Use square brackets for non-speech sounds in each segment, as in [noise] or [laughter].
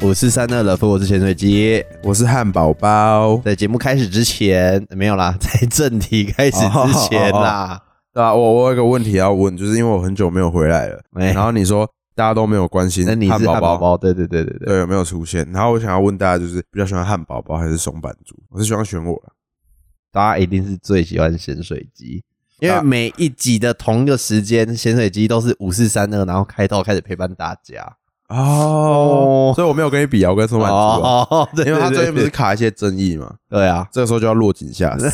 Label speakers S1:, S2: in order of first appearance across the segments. S1: 我是三二的复活之潜水机。
S2: 我是汉堡包，
S1: 在节目开始之前，没有啦， [laughs] 在正题开始之前啦，
S2: 对啊，我我有个问题要问，就是因为我很久没有回来了，
S1: 没
S2: 然后你说大家都没有关心
S1: 哎那你是
S2: 汉
S1: 汉堡
S2: 包，
S1: 包？对对对对对，
S2: 对有没有出现？然后我想要问大家，就是比较喜欢汉堡包还是松板猪？我是希望选我了，
S1: 大家一定是最喜欢咸水鸡，因为
S2: 啊
S1: 每一集的同一个时间，咸水鸡都是五四三二，然后开头开始陪伴大家。
S2: [laughs] 哦所以我没有跟你比啊，我跟松板猪啊，
S1: 哦，对
S2: 因
S1: 对
S2: 为他最
S1: 对
S2: 近不是
S1: 对，
S2: 卡一些争议嘛，
S1: 对啊，
S2: 这个时候就要落井下
S1: [laughs]
S2: 石。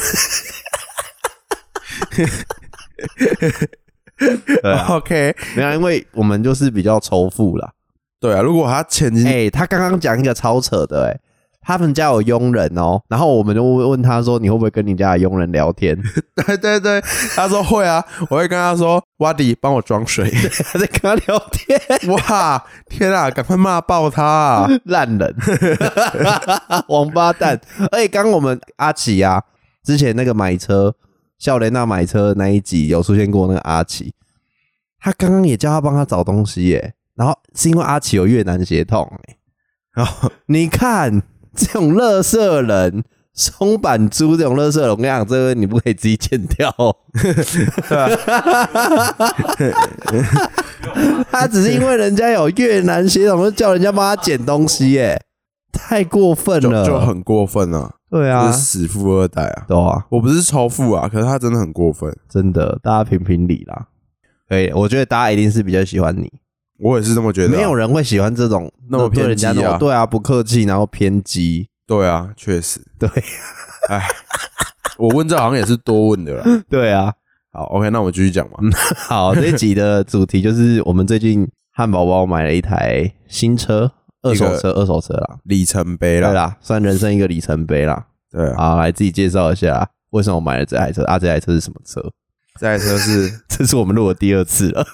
S1: 对啊，
S2: [laughs] OK，
S1: 没有，因为我们就是比较仇富啦。
S2: 对啊，如果他前几
S1: 哎、他刚刚讲一个超扯的、哎，他们家有佣人哦，然后我们就问问他说，你会不会跟你家的佣人聊天？ [laughs]
S2: 对 [laughs] 对对，他说会啊，我会跟他说，瓦迪帮我
S1: [laughs]
S2: 装水。
S1: 他在跟他聊天，
S2: 哇，天啊，赶快骂爆他、啊！
S1: 烂人， [laughs] 王八蛋！而且刚刚我们阿奇啊，之前那个买车，笑莲娜买车的那一集有出现过那个阿奇，他刚刚也叫他帮他找东西耶、然后是因为阿奇有越南血统、欸，
S2: 然后
S1: 你看 [laughs] 这种乐色人。松板猪这种乐色人，我跟你讲，这个你不可以自己剪
S2: [laughs]
S1: 掉、哦。
S2: 啊
S1: [laughs] 他只是因为人家有越南血统，就叫人家帮他捡东西、耶，太过分
S2: 就
S1: 了，
S2: 就很过分啊，
S1: 对啊
S2: 就是，死富二代啊！
S1: 对啊，
S2: 我不是仇富啊，可是他真的很过分。
S1: 真的，大家评评理啦。可以，我觉得大家一定是比较喜欢你，
S2: 我也是这么觉得、
S1: 没有，人会喜欢这种
S2: 啊那么
S1: 对人家
S2: 偏激
S1: 那
S2: 啊
S1: 种对啊，不客气，然后偏激，
S2: 对啊，确实，
S1: 对
S2: 哎，我问这好像也是多问的
S1: [laughs]
S2: 啦。
S1: 对啊。
S2: 好，OK，那我们继续讲嘛。
S1: 好，这一集的主题就是我们最近汉堡包买了一台新车，二
S2: 一个
S1: 手车，二手车啦，
S2: 里程碑
S1: 对
S2: 啦，
S1: 啦，算人生一个里程碑啦。
S2: 对啊，
S1: 好，来自己介绍一下为什么我买了这台车啊？这台车是什么车？ [laughs]
S2: 这台车是
S1: 这是我们录的第二次 [laughs] 了。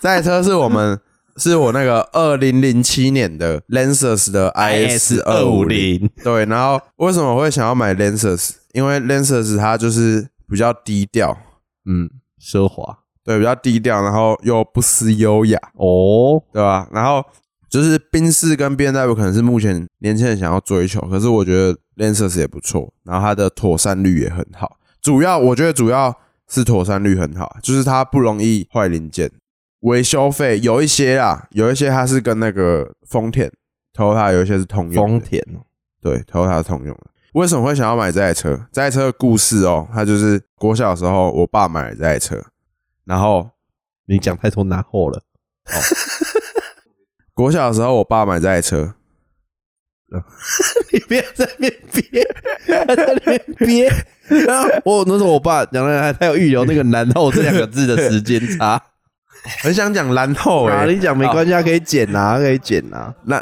S2: 这台车是我们是我那个二零零七年的 Lancers 的 IS 二五零。对，然后为什么会想要买 Lancers？因为 Lancers 它就是比较低调，
S1: 嗯，奢华
S2: 对，比较低调，然后又不失优雅，
S1: 哦，
S2: 对吧？然后就是宾士跟 B N W 可能是目前年轻人想要追求，可是我觉得 Lancers 也不错，然后它的妥善率也很好。主要我觉得主要是妥善率很好，就是它不容易坏零件，维修费有一些啦，有一些它是跟那个丰田、Toyota 有一些是通用的，
S1: 丰田哦
S2: 对，Toyota 是通用的。为什么会想要买这台车？这台车的故事哦，它就是国小的时候，我爸买了这台车，然后
S1: 你讲太多拿后了。
S2: 国小的时候我爸买这台车，
S1: 你不要在那边憋， [laughs] 在那边 [laughs] 憋。然后我那时候我爸讲的还他有预留那个“然后”这两个字的时间差。
S2: 很想讲然后
S1: 啊，
S2: 哎、
S1: 你讲没关系，他可以剪啊，可以剪啊。
S2: 那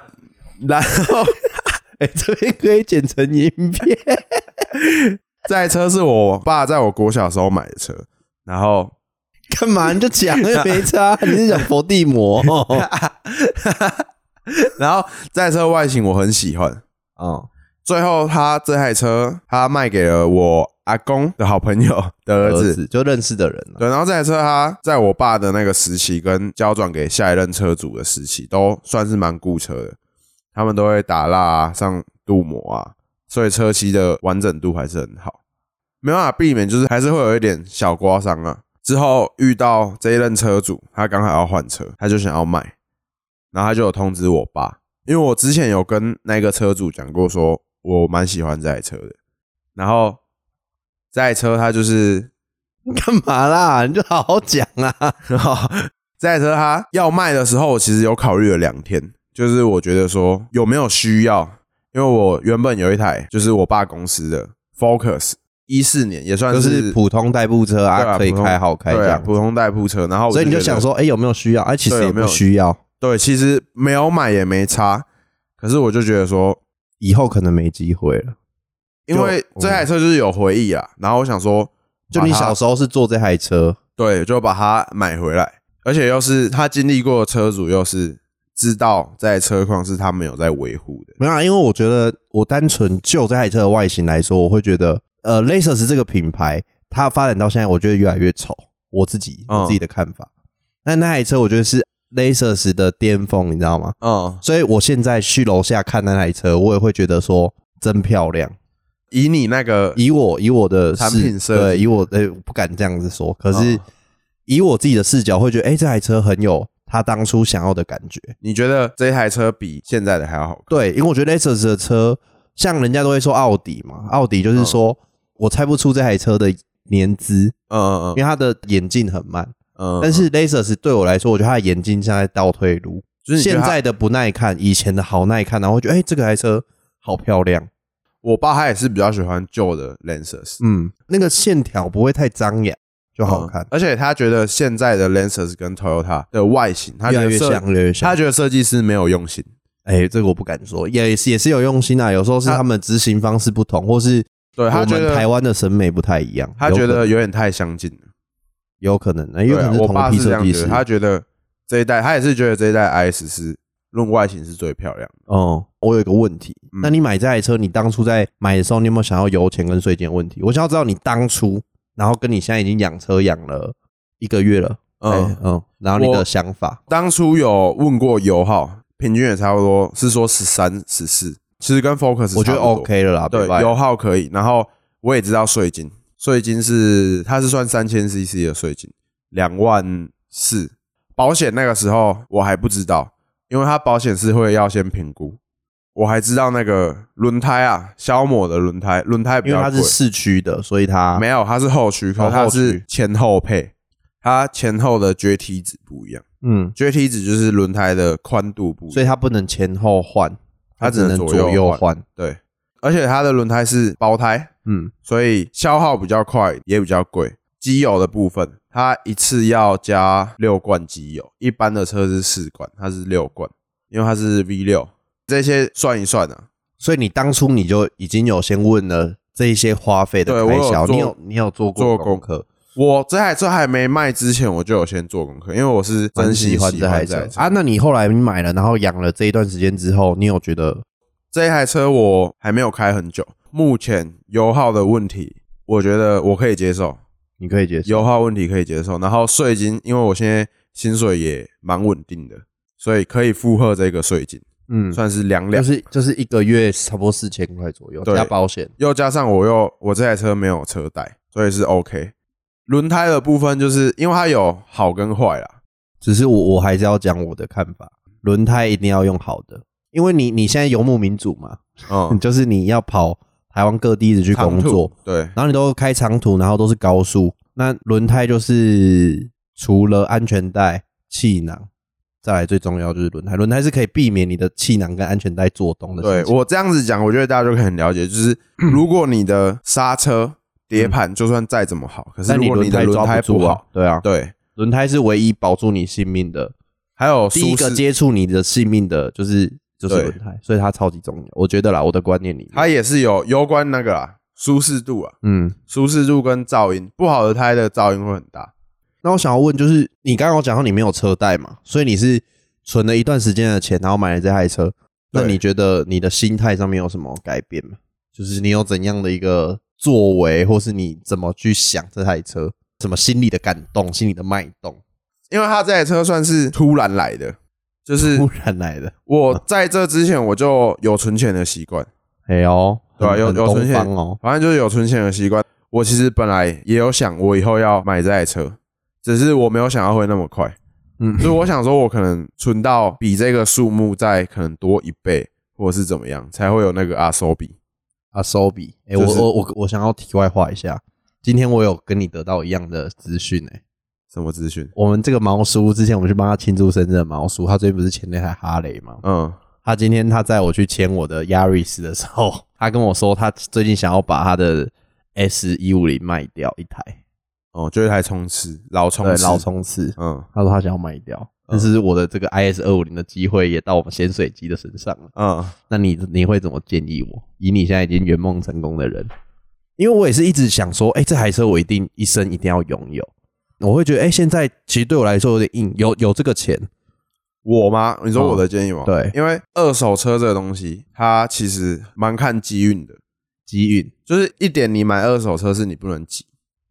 S2: 然后
S1: 哎，这边可以剪成影片。
S2: 这台车是我爸在我国小的时候买的车，然后
S1: 干嘛？你就讲，没差。你是讲伏地魔？哦
S2: 然后这台车外形我很喜欢，
S1: 哦，
S2: 最后他这台车他卖给了我阿公的好朋友的儿子，
S1: 就认识的人啊
S2: 对，然后这台车它在我爸的那个时期，跟交转给下一任车主的时期，都算是蛮顾车的。他们都会打蜡啊、上镀膜啊，所以车漆的完整度还是很好，没办法避免，就是还是会有一点小刮伤啊。之后遇到这一任车主，他刚好要换车，他就想要卖，然后他就有通知我爸，因为我之前有跟那个车主讲过说我蛮喜欢这台车的，然后这台车它就是
S1: 干嘛啦？你就好好讲啊。
S2: 然后这台车它要卖的时候，我其实有考虑了两天，就是我觉得说有没有需要，因为我原本有一台就是我爸公司的 Focus，一四年也算
S1: [laughs] 就是是普通代步车
S2: 对
S1: 啊，
S2: 啊
S1: 可以
S2: 普通
S1: 开好开这
S2: 对啊
S1: 样，
S2: 普通代步车，然后我
S1: 所以你就
S2: 觉得
S1: 想说，哎、有没有需要？哎、其实
S2: 对
S1: 也
S2: 有
S1: 不
S2: 没有
S1: 需要，
S2: 对，其实没有买也没差，可是我就觉得说，
S1: 以后可能没机会了。
S2: 因为这台车就是有回忆啊，然后我想说把它，
S1: 就你小时候是坐这台车，
S2: 对，就把它买回来，而且又是他经历过的车主，又是知道这台车况是他们有在维护的，
S1: 没有、啊？因为我觉得，我单纯就这台车的外形来说，我会觉得，呃，Lexus 这个品牌，它发展到现在，我觉得越来越丑。我自己，
S2: 嗯
S1: 我自己的看法。但那台车，我觉得是 Lexus 的巅峰，你知道吗？
S2: 嗯，
S1: 所以我现在去楼下看那台车，我也会觉得说真漂亮。
S2: 以你那个
S1: 以我以我的
S2: 产
S1: 视
S2: 品设计
S1: 对，以我呃不敢这样子说，可是
S2: 哦
S1: 以我自己的视角会觉得，哎、这台车很有他当初想要的感觉。
S2: 你觉得这台车比现在的还要好看？
S1: 对，因为我觉得 Lexus 的车，像人家都会说奥迪嘛，奥迪
S2: 嗯
S1: 就是说、我猜不出这台车的年资，
S2: 嗯嗯
S1: 因为它的演进很慢。
S2: 嗯，
S1: 但是 Lexus 对我来说，我觉得它的演进像在倒退路，
S2: 就是你觉得
S1: 现
S2: 它
S1: 在的不耐看，以前的好耐看，然后会觉得哎、这个台车好漂亮，
S2: 我爸他也是比较喜欢旧的 Lancers，
S1: 嗯，那个线条不会太张扬，就好看
S2: 嗯，而且他觉得现在的 Lancers 跟 Toyota 的外形，他觉
S1: 越来
S2: 得
S1: 越
S2: 设
S1: 像，越来越像
S2: 他。觉得设计师没有用心。
S1: 哎、这个我不敢说，也是也是有用心啊。有时候是
S2: 他
S1: 他们执行方式不同，或是
S2: 对他
S1: 我
S2: 觉
S1: 们台
S2: 得，
S1: 湾的审美不太一样。
S2: 他
S1: 有
S2: 觉
S1: 可
S2: 得有点太相近了。
S1: 有可能，因
S2: 对
S1: 为可
S2: 啊
S1: 能
S2: 我
S1: 同一
S2: 爸
S1: 批
S2: 是这
S1: 设
S2: 样
S1: 计
S2: 觉得，
S1: 师。
S2: 他觉得这一代，他也是觉得这一代 S 是论外形是最漂亮的。
S1: 哦、我有一个问题，
S2: 嗯
S1: 那你买这台车，你当初在买的时候，你有没有想要油钱跟税金的问题？我想要知道你当初，然后跟你现在已经养车养了一个月了，
S2: 嗯
S1: 哎嗯，然后你
S2: 我
S1: 的想法，
S2: 当初有问过油耗，平均也差不多是说十三、十四，其实跟 Focus
S1: 我觉得
S2: 差不多
S1: OK 了啦，
S2: 对
S1: 拜拜
S2: 油耗可以。然后我也知道税金，税金是它是算三千 CC 的税金，两万四。保险那个时候我还不知道，因为它保险是会要先评估。我还知道那个轮胎啊，消磨的轮胎，轮胎比
S1: 因为它
S2: 较贵
S1: 是，市区的，所以它
S2: 没有，它是后驱，可
S1: 哦
S2: 是它
S1: 后驱
S2: 是前后配，它前后的 JT 值不一样。
S1: 嗯，
S2: JT 值就是轮胎的宽度不一
S1: 所以
S2: 样，
S1: 它不能前后换，
S2: 它只
S1: 只能
S2: 能左右
S1: 左右
S2: 换
S1: 换，
S2: 对，而且它的轮胎是包胎，
S1: 嗯，
S2: 所以消耗比较快，也比较贵。机油的部分，它一次要加六罐机油，一般的车是四罐，它是六罐，因为它是 V 六。这些算一算啊，
S1: 所以你当初你就已经有先问了这一些花费
S2: 对
S1: 的
S2: 我
S1: 开
S2: 有
S1: 销，
S2: 做
S1: 你有你有做过
S2: 做功
S1: 功课，
S2: 我这台车还没卖之前，我就有先做功课，因为我是真
S1: 蛮
S2: 心
S1: 喜欢
S2: 这
S1: 这台
S2: 车
S1: 车啊。那你后来你买了，然后养了这一段时间之后，你有觉得
S2: 这一台车我还没有开很久，目前油耗的问题，我觉得我可以接受，
S1: 你可以接受？
S2: 油耗问题可以接受。然后税金，因为我现在薪水也蛮稳定的，所以可以负荷这个税金，
S1: 嗯，
S2: 算是两两
S1: 就是就是一个月差不多四千块左右
S2: 对
S1: 加保险，
S2: 又加上我又我这台车没有车贷，所以是 OK。轮胎的部分就是因为它有好跟坏啦，
S1: 只是我我还是要讲我的看法，轮胎一定要用好的，因为你你现在游牧民族嘛，，
S2: 嗯
S1: 就是 [laughs] 你要跑台湾各地一直去工
S2: 长
S1: 作
S2: 途，对，
S1: 然后你都开长途，然后都是高速，那轮胎就是除了安全带、气囊，再来最重要就是轮胎。轮胎是可以避免你的气囊跟安全带做动的事
S2: 对
S1: 情。
S2: 我这样子讲，我觉得大家就可以很了解，就是
S1: 嗯
S2: 如果你的刹车、碟盘就算再怎么好，可是
S1: 但
S2: 如果你
S1: 嗯轮
S2: 的轮
S1: 抓
S2: 胎
S1: 不住
S2: 不
S1: 啊
S2: 好，，
S1: 对啊，
S2: 对，
S1: 轮胎是唯一保住你性命的，
S2: 还有
S1: 第一
S2: 舒
S1: 个
S2: 适，
S1: 接触你的性命的就是就是
S2: 对
S1: 轮胎，所以它超级重要。我觉得啦，我的观念里面，
S2: 它也是有攸关那个啦，舒适度啊，
S1: 嗯，
S2: 舒适度跟噪音，不好的胎的噪音会很大。
S1: 那我想要问，就是你刚刚有讲到你没有车贷嘛，所以你是存了一段时间的钱，然后买了这台车。那
S2: 对
S1: 你觉得你的心态上面有什么改变吗？就是你有怎样的一个作为，或是你怎么去想这台车，什么心里的感动、心里的脉动，
S2: 因为它这台车算是突然来的，就是
S1: 突然来的。
S2: 我在这之前我就有存钱的习惯，
S1: 哎呦，
S2: 对啊
S1: 很
S2: 有
S1: 很
S2: 有存
S1: 东
S2: 钱
S1: 方哦，
S2: 反正就是有存钱的习惯。我其实本来也有想，我以后要买这台车，只是我没有想要会那么快，
S1: 嗯，
S2: 所以我想说，我可能存到比这个数目再可能多一倍，或者是怎么样，才会有那个阿啊收比。
S1: 阿手比，哎，
S2: 就
S1: 我
S2: 是
S1: 我我我想要题外话一下，今天我有跟你得到一样的资讯哎，
S2: 什么资讯？
S1: 我们这个毛叔之前我们去帮他庆祝生日的毛叔，他最近不是签那台哈雷吗？
S2: 嗯，
S1: 他今天他载我去签我的 Yaris 的时候，他跟我说他最近想要把他的 S 一五零卖掉一台，
S2: 哦，就是台冲刺，老冲
S1: 对，
S2: 刺，
S1: 老，冲刺。
S2: 嗯
S1: 他说他想要卖掉，但是我的这个 IS 二五零的机会也到我们咸水鸡的身上了。
S2: 嗯，
S1: 那你你会怎么建议我？以你现在已经圆梦成功的人，因为我也是一直想说，哎、这台车我一定一生一定要拥有。我会觉得，哎、现在其实对我来说有点硬，有有这个钱，
S2: 我吗？你说我的建议吗？
S1: 嗯对
S2: 因为二手车这个东西，它其实蛮看机运的，
S1: 机运，
S2: 就是一点，你买二手车是你不能急，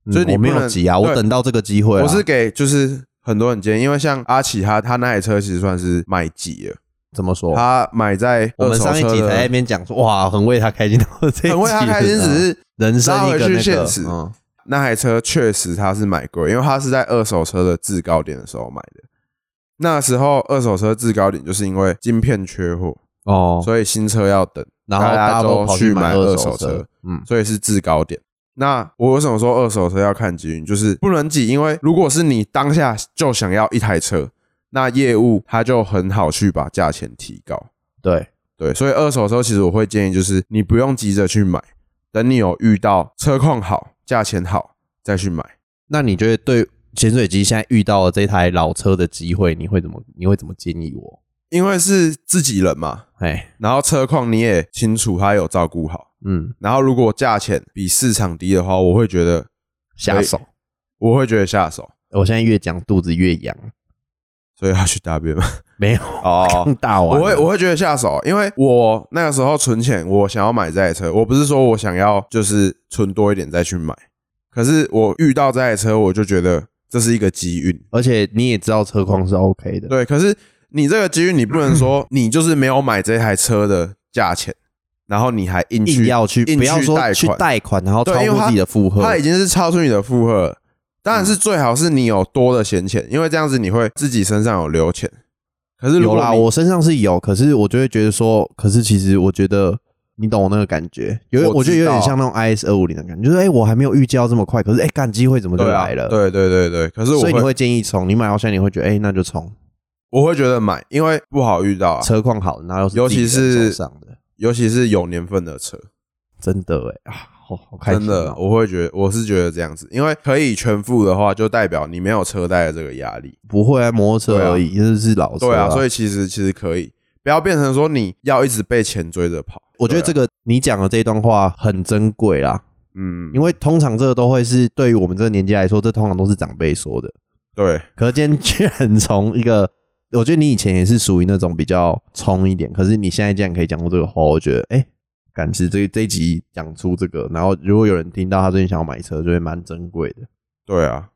S1: 嗯
S2: 就是你
S1: 我没
S2: 不
S1: 有
S2: 能
S1: 急啊，我
S2: 对
S1: 等到这个机会啊、
S2: 我是给就是很多很尖，因为像阿奇他他那台车其实算是卖几了，
S1: 怎么说？
S2: 他买在
S1: 我
S2: 二
S1: 们
S2: 手
S1: 上一
S2: 车
S1: 集才在那
S2: 的，
S1: 边讲说，哇，很为他开心，到这一集
S2: [laughs] 很为啊他开心，
S1: 了 [laughs]
S2: 只是
S1: 人生一个那
S2: 拉回去
S1: 个
S2: 现实，
S1: 嗯，
S2: 那台车确实它是买贵，因为它是在二手车的制高点的时候买的。那时候二手车制高点就是因为晶片缺货，
S1: 哦，
S2: 所以新车要等，
S1: 然后
S2: 大
S1: 大
S2: 家
S1: 家都
S2: 都
S1: 跑
S2: 去
S1: 买
S2: 二
S1: 手
S2: 车，，
S1: 嗯，
S2: 所以是制高点。那我为什么说二手车要看机运？就是不能挤，因为如果是你当下就想要一台车，那业务他就很好去把价钱提高。
S1: 对，
S2: 对，所以二手车其实我会建议就是你不用急着去买，等你有遇到车况好、价钱好再去买。
S1: 那你觉得对潜水机现在遇到了这台老车的机会，你会怎么你会怎么建议我？
S2: 因为是自己人嘛，
S1: 哎，
S2: 然后车况你也清楚，他有照顾好。
S1: 嗯，
S2: 然后如果价钱比市场低的话，我会觉得
S1: 下手，
S2: 我会觉得下手，
S1: 我现在越讲肚子越痒，
S2: 所以要去大便嘛。
S1: 没有，
S2: 哦
S1: 刚，打
S2: 我
S1: 完，
S2: 会我会觉得下手，因为我那个时候存钱，我想要买这台车，我不是说我想要就是存多一点再去买，可是我遇到这台车，我就觉得这是一个机运。
S1: 而且你也知道车况是 OK 的，
S2: 对，可是你这个机运，你不能说你就是没有买这台车的价钱，然后你还硬去
S1: 硬要去
S2: 硬
S1: 不要
S2: 去
S1: 说
S2: 贷
S1: 去
S2: 款
S1: 贷款，然后超
S2: 对因为
S1: 过
S2: 它
S1: 自己的负荷，
S2: 它已经是超出你的负荷了。当然是最好是你有多的闲钱，因为这样子你会自己身上有留钱。可是如
S1: 有
S2: 果
S1: 啦，
S2: 你
S1: 我身上是有，可是我就会觉得说，可是其实我觉得你懂我那个感觉，有点
S2: 我
S1: 我觉得有
S2: 知道
S1: 点像那种 IS 二五零的感觉，就是哎、我还没有预计到这么快，可是哎，干、机会怎么就
S2: 对啊
S1: 来了？
S2: 对对对对。可是我
S1: 所以你
S2: 会
S1: 会建议冲，你买到现在你会觉得哎、那就冲，
S2: 我会觉得买，因为不好遇到啊，
S1: 车况好，然后又是
S2: 尤其
S1: 自己人
S2: 是
S1: 手上的，
S2: 尤其是有年份的车，
S1: 真的哎、啊，好好开
S2: 真
S1: 心、
S2: 的
S1: 哦，
S2: 我会觉得我是觉得这样子，因为可以全付的话，就代表你没有车贷的这个压力。
S1: 不会啊，摩托车而已，就是老车、
S2: 对啊，所
S1: 以
S2: 以其实其实可以，不要变成说你要一直被钱追着跑。
S1: 我觉得
S2: 对啊
S1: 这个、你讲的这一段话很珍贵啦，
S2: 嗯，
S1: 因为通常这个都会是对于我们这个年纪来说，这通常都是长辈说的。
S2: 对
S1: 可是今天居然从一个，我觉得你以前也是属于那种比较冲一点，可是你现在竟然可以讲出这个话，我觉得哎，感、其实这这一集讲出这个，然后如果有人听到他最近想要买车，就会蛮珍贵的。
S2: 对啊，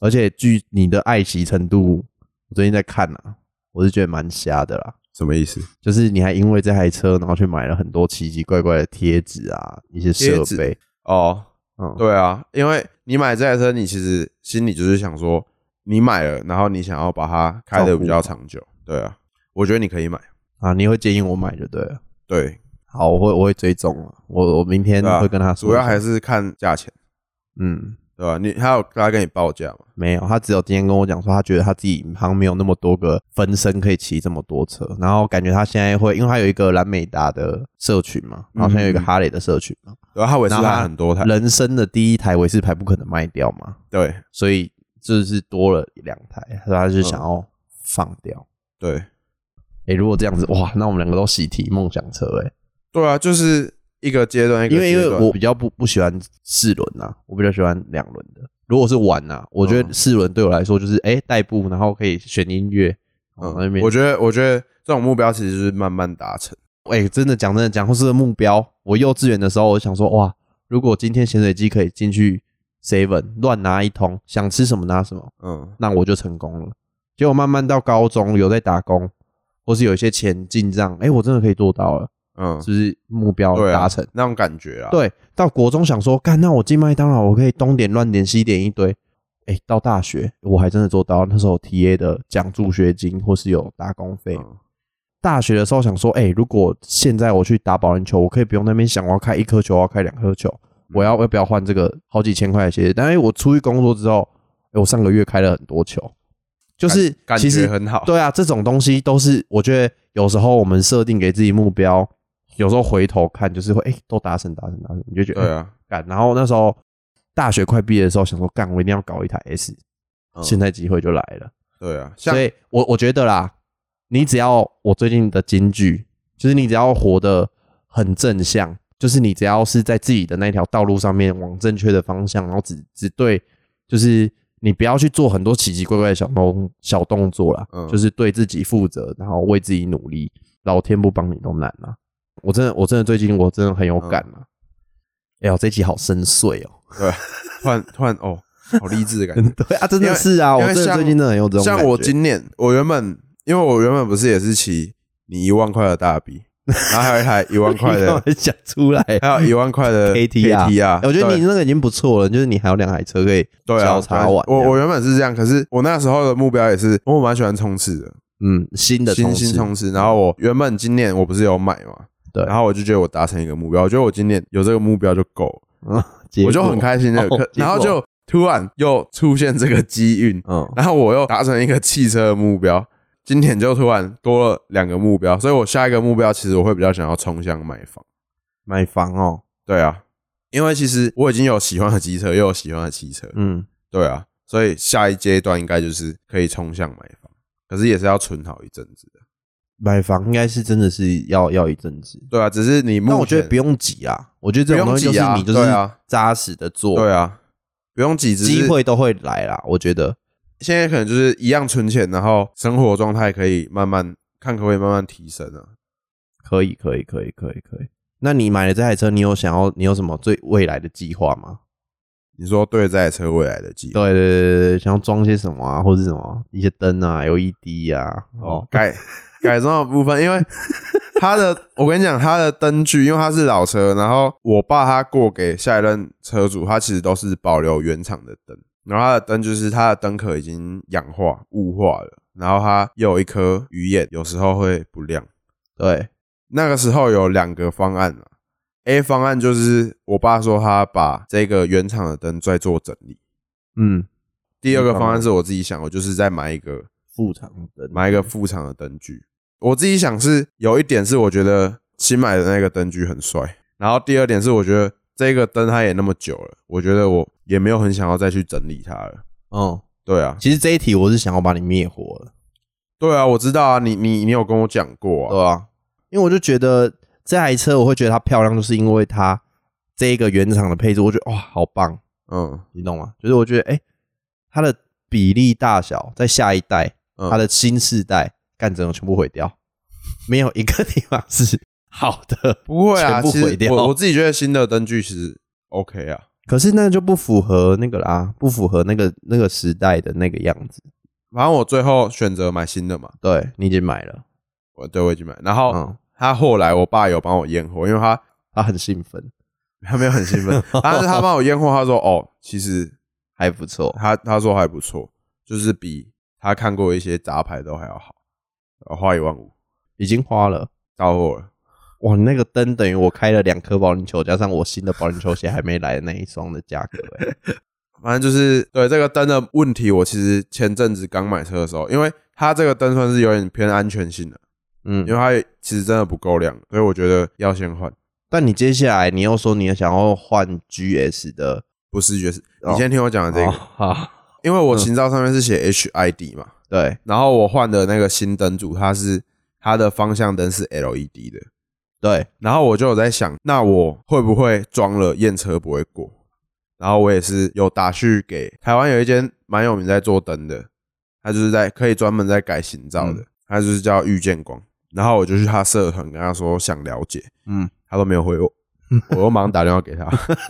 S1: 而且据你的爱惜程度，我最近在看啊，我是觉得蛮瞎的啦。
S2: 什么意思？
S1: 就是你还因为这台车，然后去买了很多奇奇怪怪的贴纸啊，一些设
S2: 贴
S1: 备
S2: 纸，哦，
S1: 嗯，
S2: 对啊，因为你买这台车，你其实心里就是想说，你买了，然后你想要把它开的比较长久。对啊，我觉得你可以买。
S1: 啊，你会建议我买就对了。
S2: 对，
S1: 好，我会我会追踪了，我我明天
S2: 对啊
S1: 会跟他说一下。
S2: 主要还是看价钱，
S1: 嗯，
S2: 对吧、你还有他跟你报价嘛？
S1: 没有，他只有今天跟我讲说，他觉得他自己好像没有那么多个分身可以骑这么多车，然后感觉他现在会，因为他有一个蓝美达的社群嘛，
S2: 嗯
S1: 然后现在有一个哈雷的社群嘛，
S2: 对啊，他尾
S1: 然
S2: 是
S1: 后他
S2: 他很多台。
S1: 人生的第一台维斯牌不可能卖掉嘛，
S2: 对
S1: 所以就是多了两台，所以他
S2: 嗯
S1: 就想要放掉。
S2: 对
S1: 诶，如果这样子，哇，那我们两个都喜提梦想车诶，
S2: 对啊，就是一个阶段一个
S1: 因为因
S2: 阶
S1: 为
S2: 段。
S1: 我比较不不喜欢四轮呐、我比较喜欢两轮的。如果是玩呐、我觉得
S2: 嗯
S1: 四轮对我来说就是诶代步，然后可以选音乐，嗯，那
S2: 嗯，
S1: 边
S2: 我觉得我觉得这种目标其实是慢慢达成。
S1: 哎、真的讲真的，讲公司的目标，我幼稚园的时候，我想说，哇，如果今天咸水鸡可以进去 seven 乱拿一通，想吃什么拿什么，
S2: 嗯
S1: 那我就成功了。结果慢慢到高中，有在打工，或是有一些钱进账，哎、我真的可以做到了，
S2: 嗯，
S1: 是不是目标
S2: 对啊
S1: 达成？
S2: 那种感觉啊。
S1: 对，到国中想说，干，那我进麦当劳，我可以东点乱点西点一堆。哎、到大学我还真的做到，那时候有 TA 的奖助学金或是有打工费，
S2: 嗯
S1: 大学的时候想说，哎、如果现在我去打保龄球，我可以不用那边想我要开一颗球，我要开两颗球，
S2: 嗯
S1: 我要要不要换这个好几千块的鞋子？但是我出去工作之后，哎我上个月开了很多球，就是
S2: 感
S1: 其
S2: 觉
S1: 实
S2: 很好。
S1: 对啊，这种东西都是我觉得有时候我们设定给自己目标，有时候回头看就是会哎、都达成达成达成，你就觉得
S2: 对
S1: 哎
S2: 啊，
S1: 干、然后那时候大学快毕业的时候想说干，我一定要搞一台 S，、
S2: 嗯
S1: 现在机会就来了。
S2: 对啊，像
S1: 所以我我觉得啦，你只要我最近的金句，就是你只要活得很正向，就是你只要是在自己的那条道路上面往正确的方向，然后只只对，就是你不要去做很多奇奇怪怪的小动小动作啦，
S2: 嗯
S1: 就是对自己负责，然后为自己努力，老天不帮你都难啦。我真的我真的最近我
S2: 嗯
S1: 啊
S2: [laughs]
S1: 真的很有感啦。哎呦，这集好深邃哦、
S2: 对，突然突然哦， [laughs] 好励志的感
S1: 嗯
S2: 觉。
S1: 对啊，真的是啊，我
S2: 因为
S1: 真的
S2: 像
S1: 最近真的很 [laughs] 有这种
S2: 像
S1: 感
S2: 我
S1: 觉
S2: 今年，我原本因为我原本不是也是骑你一万块的大
S1: [laughs]
S2: 笔，然后还有一台一万块
S1: 你干
S2: 的
S1: 嘛，讲出来，
S2: 还有一万块的
S1: KTR
S2: KTR
S1: 我觉得
S2: 对
S1: 你那个已经不错了，就是你还有两台车可以
S2: 对啊，
S1: 交叉玩这
S2: 我
S1: 样。
S2: 我原本是这样，可是我那时候的目标也是，哦我蛮喜欢冲刺的，
S1: 嗯新的
S2: 新
S1: 同
S2: 新
S1: 事，
S2: 冲刺。然后我原本今年我不是有买嘛，
S1: 对
S2: 然后我就觉得我达成一个目标，我觉得我今年有这个目标就够了，
S1: 嗯，结
S2: 我就
S1: 果
S2: 很开心的。
S1: 哦
S2: 可
S1: 结
S2: 然后
S1: 果
S2: 就突然又出现这个机
S1: [laughs]
S2: 运，
S1: 嗯
S2: 然后我又达成一个汽车的目标，今年就突然多了两个目标，所以我下一个目标其实我会比较想要冲向买房。
S1: 买房哦，
S2: 对啊，因为其实我已经有喜欢的机车，又有喜欢的汽车，
S1: 嗯，
S2: 对啊，所以下一阶段应该就是可以冲向买房，可是也是要存好一阵子的。
S1: 买房应该是真的是要要一阵子，
S2: 对啊，只是你目
S1: 但
S2: 前
S1: 我觉得不用急啊，我觉得这种东西就是你就
S2: 不用
S1: 是
S2: 急啊
S1: 扎实的做，
S2: 对啊，不用急，只是
S1: 机会都会来啦，我觉得，
S2: 现在可能就是一样存钱，然后生活状态可以慢慢看可不可以慢慢提升啊。
S1: 可以，可以，可以，可以，可以。那你买了这台车，你有想要你有什么最未来的计划吗？
S2: 你说对这台车未来的计划
S1: 对对对对对，想要装些什么啊，或者什么一些灯啊、LED 啊，
S2: 哦
S1: 哦，，
S2: 改改装的部分，因为它的我跟你讲，它的灯具，因为它是老车，然后我爸他过给下一任车主，他其实都是保留原厂的灯，然后它的灯就是它的灯壳已经氧化雾化了，然后它又有一颗鱼眼，有时候会不亮。
S1: 对，
S2: 那个时候有两个方案啊，A 方案就是我爸说他把这个原厂的灯再做整理。
S1: 嗯，
S2: 第二个方案是我自己想，我就是再买一个
S1: 副厂灯，
S2: 买一个副厂的灯具。我自己想是有一点是我觉得新买的那个灯具很帅，然后第二点是我觉得这个灯它也那么久了，我觉得我也没有很想要再去整理它了。
S1: 嗯，
S2: 对啊，
S1: 其实这一题我是想要把你灭火了，
S2: 对啊，我知道啊，你你你有跟我讲过啊，
S1: 对啊，因为我就觉得这台车我会觉得它漂亮，就是因为它这一个原厂的配置，我觉得哇，好棒，
S2: 嗯
S1: 你懂吗？就是我觉得哎、诶它的比例大小在下一代，
S2: 嗯，
S1: 它的新世代干整个全部毁掉，没有一个地方是好的。
S2: 不会啊，
S1: 全部
S2: 其实
S1: 毁掉
S2: 我我自己觉得新的灯具其实 OK 啊，
S1: 可是那就不符合那个啦，不符合那个那个时代的那个样子。
S2: 反正我最后选择买新的嘛，
S1: 对你已经买了，
S2: 我对我已经买，然后
S1: 嗯，
S2: 他后来我爸有帮我验货，因为他
S1: 他很兴奋，
S2: 他没有很兴
S1: [laughs]
S2: 奋，但是他帮我验货，他说哦，其实
S1: 还不错。
S2: 他他说还不错，就是比他看过一些杂牌都还要好，呃花一万五
S1: 已经花了。
S2: 到货了。
S1: 哇，你那个灯等于我开了两颗保龄球，加上我新的保龄球鞋还没来的那一双的价格、欸。
S2: 反正就是对这个灯的问题，我其实前阵子刚买车的时候，因为它这个灯算是有点偏安全性的，因为
S1: 嗯，
S2: 它其实真的不够亮，所以我觉得要先换。
S1: 但你接下来你又说你想要换 GS 的
S2: 不是爵士，
S1: 哦
S2: 你先听我讲的这
S1: 哦，
S2: 个，啊
S1: 好，
S2: 因为我行照上面是写 HID 嘛，
S1: 对
S2: 然后我换的那个新灯组，它是它的方向灯是 LED 的，
S1: 对，
S2: 然后我就有在想，那我会不会装了验车不会过？然后我也是有打去给台湾有一间蛮有名在做灯的，他就是在可以专门在改行照
S1: 嗯
S2: 的，他就是叫遇见光。然后我就去他社团跟他说想了解，
S1: 嗯，
S2: 他都没有回我，我又马上打电
S1: [laughs]
S2: 话给他，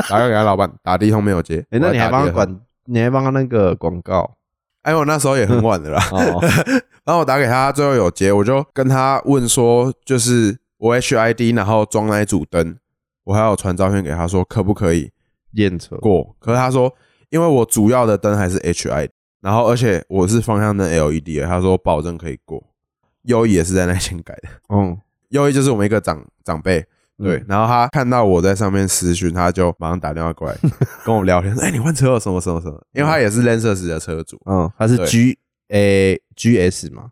S2: 打电话给他老板，打第一通没有接。
S1: 哎、那你还
S2: 我再打
S1: 帮他
S2: 第二通？
S1: 管，你还帮他那个广告
S2: 哎，我那时候也很晚了啦，
S1: 哦，
S2: [laughs] 然后我打给他，最后有接，我就跟他问说，就是我 HID，然后装那一组灯，我还有传照片给他说可不可以
S1: [laughs] 验车
S2: 过，可是他说因为我主要的灯还是 HID，然后而且我是方向灯 LED，的他说保证可以过。优一也是在那间改的， [laughs]
S1: 嗯，
S2: 优一就是我们一个长长辈，对，
S1: 嗯
S2: 然后他看到我在上面私讯，他就马上打电话过来 [laughs] 跟我聊天，说哎、你换车了什么什么什么，因为他也是 Lancers 的车主，
S1: 嗯，他是
S2: 对
S1: G 诶、GS 嘛，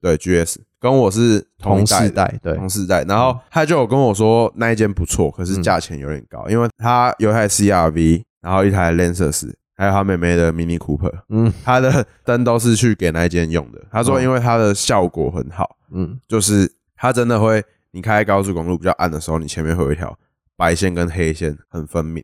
S2: 对 GS 跟我是同
S1: 同
S2: 一
S1: 世
S2: 代的
S1: 代对，嗯
S2: 同世代，然后他就有跟我说那一间不错，可是价钱有点高，因为他有一台 CRV，然后一台 Lancers，还有他妹妹的 Mini Cooper，
S1: 嗯
S2: 他的灯都是去给那一间用的。他说
S1: 嗯
S2: 因为它的效果很好，
S1: 嗯，
S2: 就是它真的会，你开高速公路比较暗的时候，你前面会有一条白线跟黑线很分明。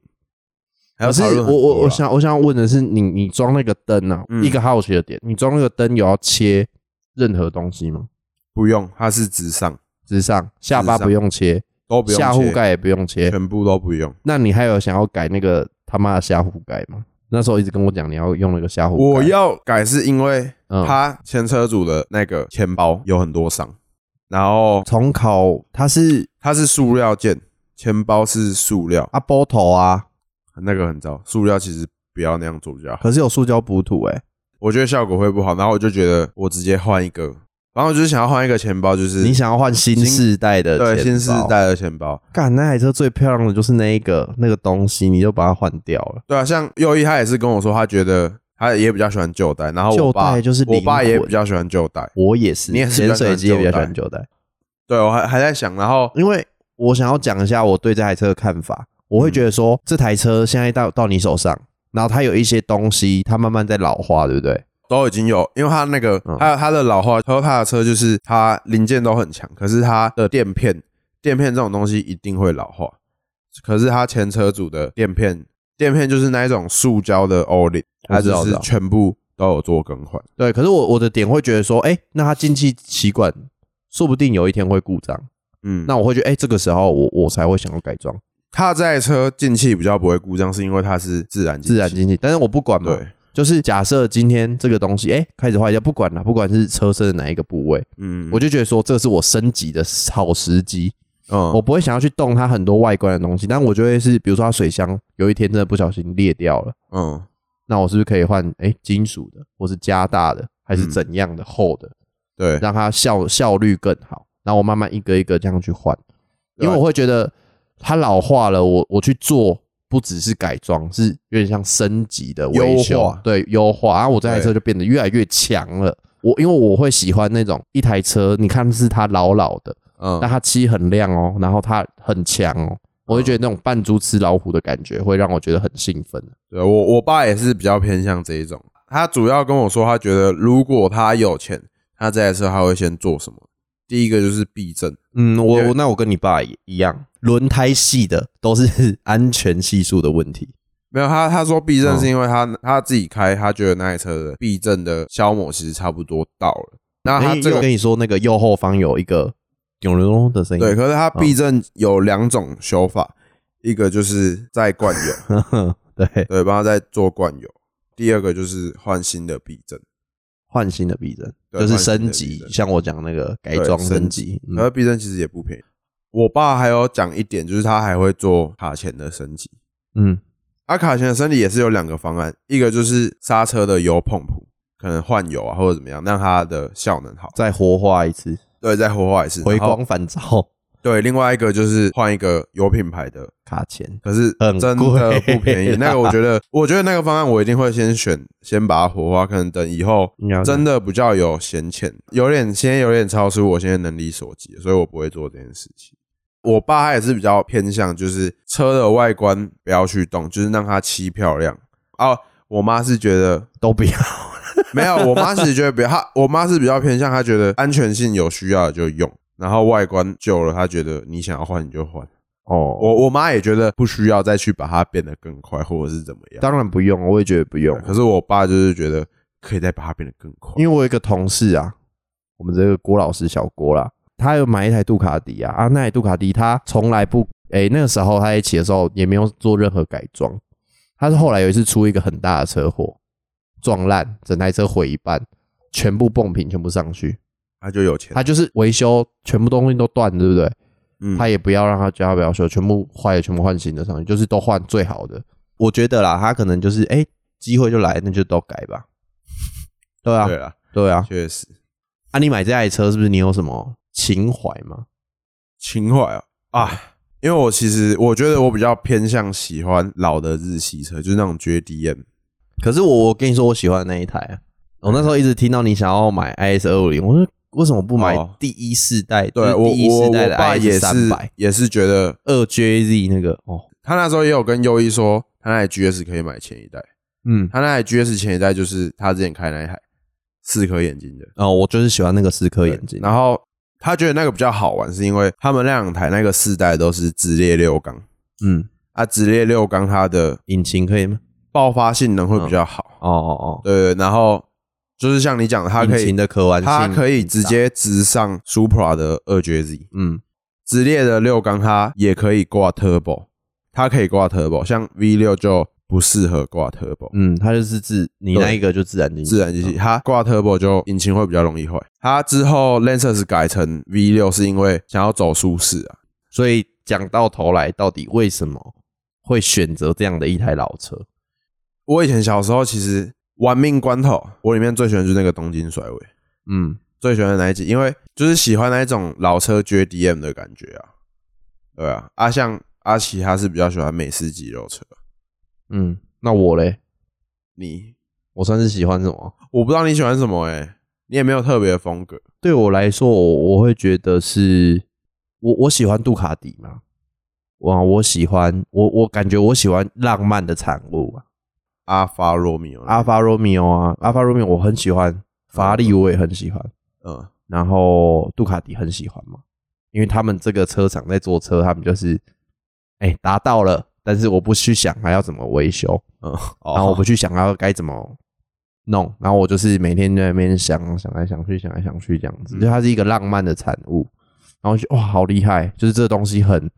S2: 还有
S1: 可是
S2: 讨论
S1: 我
S2: 很多
S1: 我我
S2: 啦
S1: 想我想问的是你，你装那个灯啊，
S2: 嗯
S1: 一个好奇的点，你装那个灯有要切任何东西吗？
S2: 不用，它是直上
S1: 直上下巴
S2: 直上
S1: 不用切，
S2: 都不用
S1: 下
S2: 切
S1: 护盖也不用切，
S2: 全部都不用。
S1: 那你还有想要改那个他妈的下护盖吗？那时候一直跟我讲你要用那个虾虎
S2: 我
S1: 盖，
S2: 要改是因为
S1: 嗯
S2: 他前车主的那个钱包有很多伤，然后
S1: 重考它是
S2: 它是塑料件，钱包是塑料，
S1: 啊包头啊，
S2: 那个很糟，塑料其实不要那样做比较好，
S1: 可是有塑胶补土哎、
S2: 我觉得效果会不好。然后我就觉得我直接换一个，然后我就是想要换一个钱包，就是
S1: 你想要换新
S2: 新
S1: 世代的
S2: 对
S1: 钱
S2: 新时
S1: 包，
S2: 代的钱包，
S1: 干那台车最漂亮的就是那一个那个东西，你就把它换掉了。
S2: 对啊，像右一他也是跟我说，他觉得他也比较喜欢旧带，然后
S1: 旧
S2: 我爸
S1: 带就是
S2: 我爸
S1: 灵
S2: 也
S1: 魂
S2: 比较喜欢旧带，
S1: 我也是，
S2: 你也是
S1: 潜
S2: 比较喜
S1: 水
S2: 欢
S1: 机也比较
S2: 旧
S1: 喜
S2: 带
S1: 欢九代，
S2: 对我还还在想，然后
S1: 因为我想要讲一下我对这台车的看法。我
S2: 嗯
S1: 会觉得说，这台车现在到到你手上，然后它有一些东西，它慢慢在老化，对不对？
S2: 都已经有，因为他那个
S1: 嗯
S2: 还有他的老话，Toyota 的车就是它零件都很强，可是它的垫片，垫片这种东西一定会老化。可是它前车主的垫片，垫片就是那一种塑胶的 OLED，
S1: 我
S2: 它
S1: 知
S2: 只
S1: 道我知
S2: 是
S1: 道
S2: 全部都有做更换。
S1: 对，可是我我的点会觉得说，哎、那它进气歧管说不定有一天会故障，
S2: 嗯，
S1: 那我会觉得，哎、这个时候我我才会想要改装
S2: 它这台车进气比较不会故障，是因为它是自然进气
S1: 自然进气，但是我不管嘛，
S2: 对，
S1: 就是假设今天这个东西，哎、开始坏掉，不管了，不管是车身的哪一个部位，
S2: 嗯，
S1: 我就觉得说，这是我升级的好时机，
S2: 嗯
S1: 我不会想要去动它很多外观的东西，但我就会是，比如说它水箱有一天真的不小心裂掉了，
S2: 嗯
S1: 那我是不是可以换哎、诶金属的，或是加大的，还是
S2: 嗯
S1: 怎样的厚的，
S2: 对，
S1: 让它效效率更好？然后我慢慢一个一个这样去换，因为
S2: 对啊
S1: 我会觉得它老化了，我我去做不只是改装，是有点像升级的维
S2: 优
S1: 修
S2: 化，
S1: 对优化，然后我这台
S2: 对
S1: 车就变得越来越强了。我因为我会喜欢那种一台车，你看是它老老的，
S2: 嗯
S1: 但它漆很亮哦，然后它很强哦，我会觉得那种扮猪吃老虎的感觉会让我觉得很兴奋。
S2: 对我我爸也是比较偏向这一种，他主要跟我说，他觉得如果他有钱，他这台车他会先做什么？第一个就是避震，
S1: 嗯，
S2: 对
S1: 我那我跟你爸也一样，轮胎系的都是安全系数的问题。
S2: 没有他他说避震
S1: 嗯
S2: 是因为他、他自己开，他觉得那台车的避震的消磨其实差不多到了。那他
S1: 哎，
S2: 这
S1: 又
S2: 个、
S1: 跟你说那个右后方有一个咚隆隆的声音，
S2: 对，可是
S1: 嗯
S2: 他避震有两种修法，一个就是再灌油，
S1: [laughs] 对，
S2: 对，帮他再做灌油；第二个就是换新的避震。
S1: 换新的避震
S2: 对
S1: 就是
S2: 换新
S1: 升
S2: 的避
S1: 级，
S2: 震
S1: 像我讲那个改装
S2: 对升
S1: 升级，嗯
S2: 而避震其实也不便宜。我爸还有讲一点，就是他还会做卡钳的升级。
S1: 嗯，
S2: 阿卡钳的升级也是有两个方案，一个就是刹车的油碰普，可能换油啊或者怎么样，让它的效能好，
S1: 再活化一次，
S2: 对，再活化一次，
S1: 回
S2: 然后
S1: 光返照，
S2: 对，另外一个就是换一个有品牌的，
S1: 卡钳，
S2: 可是
S1: 很
S2: 真
S1: 贵
S2: 的不
S1: [laughs]
S2: 便宜
S1: 啦。
S2: 那个我觉得，我觉得那个方案我一定会先选，先把它活化，可能等以后
S1: 应该要这样
S2: 真的比较有闲钱，有点现在有点超出我现在能力所及，所以我不会做这件事情。我爸他也是比较偏向，就是车的外观不要去动，就是让它漆漂亮。哦，我妈是觉得
S1: 都不要， [laughs]
S2: 没有，我妈是觉得比较，她我妈是比较偏向，她觉得安全性有需要的就用，然后外观旧了，她觉得你想要换你就换。
S1: 哦
S2: 我我妈也觉得不需要再去把它变得更快，或者是怎么样。
S1: 当然不用，我也觉得不用
S2: 对，可是我爸就是觉得可以再把它变得更快，
S1: 因为我有一个同事啊，我们这个郭老师小郭啦，他有买一台杜卡迪啊，啊，那台杜卡迪他从来不，哎、那个时候他在骑的时候也没有做任何改装，他是后来有一次出一个很大的车祸，撞烂，整台车毁一半，全部泵品全部上去，
S2: 他就有钱
S1: 他。就是维修，全部东西都断，对不对？
S2: 嗯
S1: 他也不要让他叫他不要修，全部坏的全部换新的上去，就是都换最好的。我觉得啦，他可能就是哎，机、会就来，那就都改吧。对啊，
S2: 对了，
S1: 对啊。
S2: 确实
S1: 啊，你买这台车是不是你有什么情怀吗？
S2: 情怀啊啊！因为我其实我觉得我比较偏向喜欢老的日系车，就是那种 JDM。
S1: 可是我我跟你说，我喜欢的那一台啊，我那时候一直听到你想要买 IS 二五零，我说为什么不买
S2: 哦
S1: 第一世代？就
S2: 对
S1: 是
S2: 我
S1: 第一
S2: 我
S1: 世代
S2: 我
S1: 的
S2: 爸
S1: IS
S2: 也
S1: 三
S2: 是
S1: 百
S2: 也是觉得，
S1: 二 JZ 那个哦，
S2: 他那时候也有跟优一说，他那台 GS 可以买前一代，
S1: 嗯，
S2: 他那台 GS 前一代就是他之前开那一台四颗眼睛的。
S1: 哦，我就是喜欢那个四颗眼睛，
S2: 然后他觉得那个比较好玩，是因为他们那两台那个四代都是直列六缸
S1: 嗯，
S2: 啊，直列六缸它的
S1: 引擎可以吗？
S2: 爆发性能会比较好。
S1: 哦哦
S2: 对，然后就是像你讲的，它
S1: 哦，
S2: 可
S1: 引
S2: 以
S1: 擎的可玩性，
S2: 它可以直，接直上 Supra 的二绝 Z，
S1: 嗯，
S2: 直列的六缸它也可以挂 Turbo，它可以挂 Turbo，像 V 六就不适合挂 turbo，
S1: 嗯，它就是自你那一个就自然进气，嗯
S2: 自然进气，它挂 turbo 就引擎会比较容易坏。它之后 Lancers 改成 V 六是因为想要走舒适啊，
S1: 所以讲到头来，到底为什么会选择这样的一台老车？
S2: 我以前小时候其实玩命关头，我里面最喜欢就是那个东京甩尾，
S1: 嗯，
S2: 最喜欢的那一集，因为就是喜欢那一种老车 JDM 的感觉啊。对啊，阿像阿奇他是比较喜欢美式肌肉车，
S1: 嗯，那我嘞，
S2: 你
S1: 我算是喜欢什么？
S2: 我不知道你喜欢什么哎、你也没有特别的风格。
S1: 对我来说，我我会觉得是，我我喜欢杜卡迪嘛，哇，我喜欢我我感觉我喜欢浪漫的产物啊，
S2: 阿法罗密欧，
S1: 阿法罗密欧啊，阿法罗密欧我很喜欢，法拉利我也很喜欢，
S2: 嗯，
S1: 然后杜卡迪很喜欢嘛，因为他们这个车厂在做车，他们就是，哎、达到了，但是我不去想还要怎么维修，然
S2: 嗯，然
S1: 啊后我不去想要该怎么弄，然后我就是每天在那边想想来想去，想来想去这样子，
S2: 嗯
S1: 就它是一个浪漫的产物，然后就哇好厉害，就是这东西很，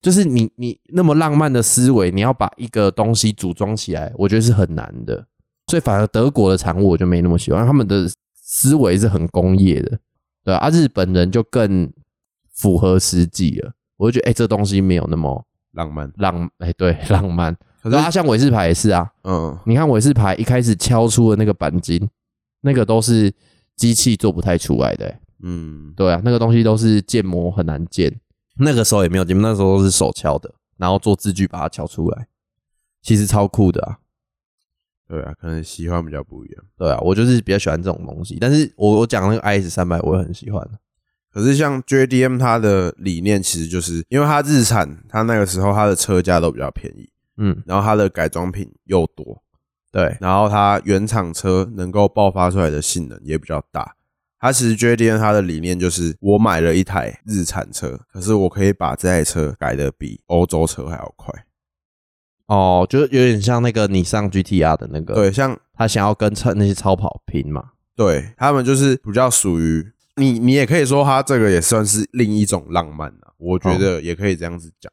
S1: 就是你你那么浪漫的思维，你要把一个东西组装起来，我觉得是很难的，所以反而德国的产物我就没那么喜欢，他们的思维是很工业的，对啊，啊日本人就更符合实际了，我就觉得哎、这东西没有那么
S2: 浪漫，
S1: 浪，哎、对 [laughs] 浪漫，
S2: 可
S1: 对啊，
S2: 是
S1: 像韦氏牌也是啊。
S2: 嗯，
S1: 你看韦氏牌一开始敲出的那个钣金，那个都是机器做不太出来的欸、
S2: 嗯，
S1: 对啊，那个东西都是建模很难建。那个时候也没有建模，那时候都是手敲的，然后做字据把它敲出来，其实超酷的啊。
S2: 对啊，可能喜欢比较不一样。
S1: 对啊，我就是比较喜欢这种东西，但是我我讲那个 IS 三百，我也很喜欢。啊
S2: 可是像 JDM 它的理念其实就是，因为它日产，它那个时候它的车价都比较便宜，
S1: 嗯，
S2: 然后它的改装品又多，
S1: 对，
S2: 然后它原厂车能够爆发出来的性能也比较大。它其实 JDM 它的理念就是，我买了一台日产车，可是我可以把这台车改的比欧洲车还要快。
S1: 哦，就有点像那个你上 GTR 的那个，，
S2: 对，像
S1: 他想要跟超那些超跑拼嘛。
S2: 对他们就是比较属于你，你也可以说他这个也算是另一种浪漫啊，我
S1: 哦
S2: 觉得也可以这样子讲，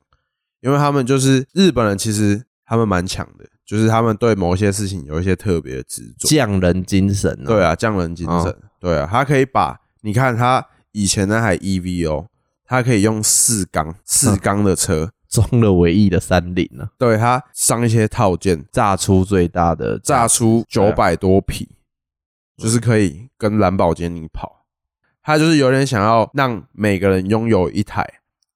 S2: 因为他们就是日本人，其实他们蛮强的，就是他们对某一些事情有一些特别的执着，
S1: 匠人精神、啊，
S2: 对啊，匠人精神
S1: 哦，
S2: 对啊，他可以把你看他以前那台 EVO，他可以用四缸
S1: 嗯
S2: 四缸的车，
S1: 装了唯一的三菱啊，
S2: 对他上一些套件，
S1: 炸出最大的
S2: 炸出
S1: 对
S2: 九
S1: 啊
S2: 百多匹，就是可以跟兰博基尼跑。他就是有点想要让每个人拥有一台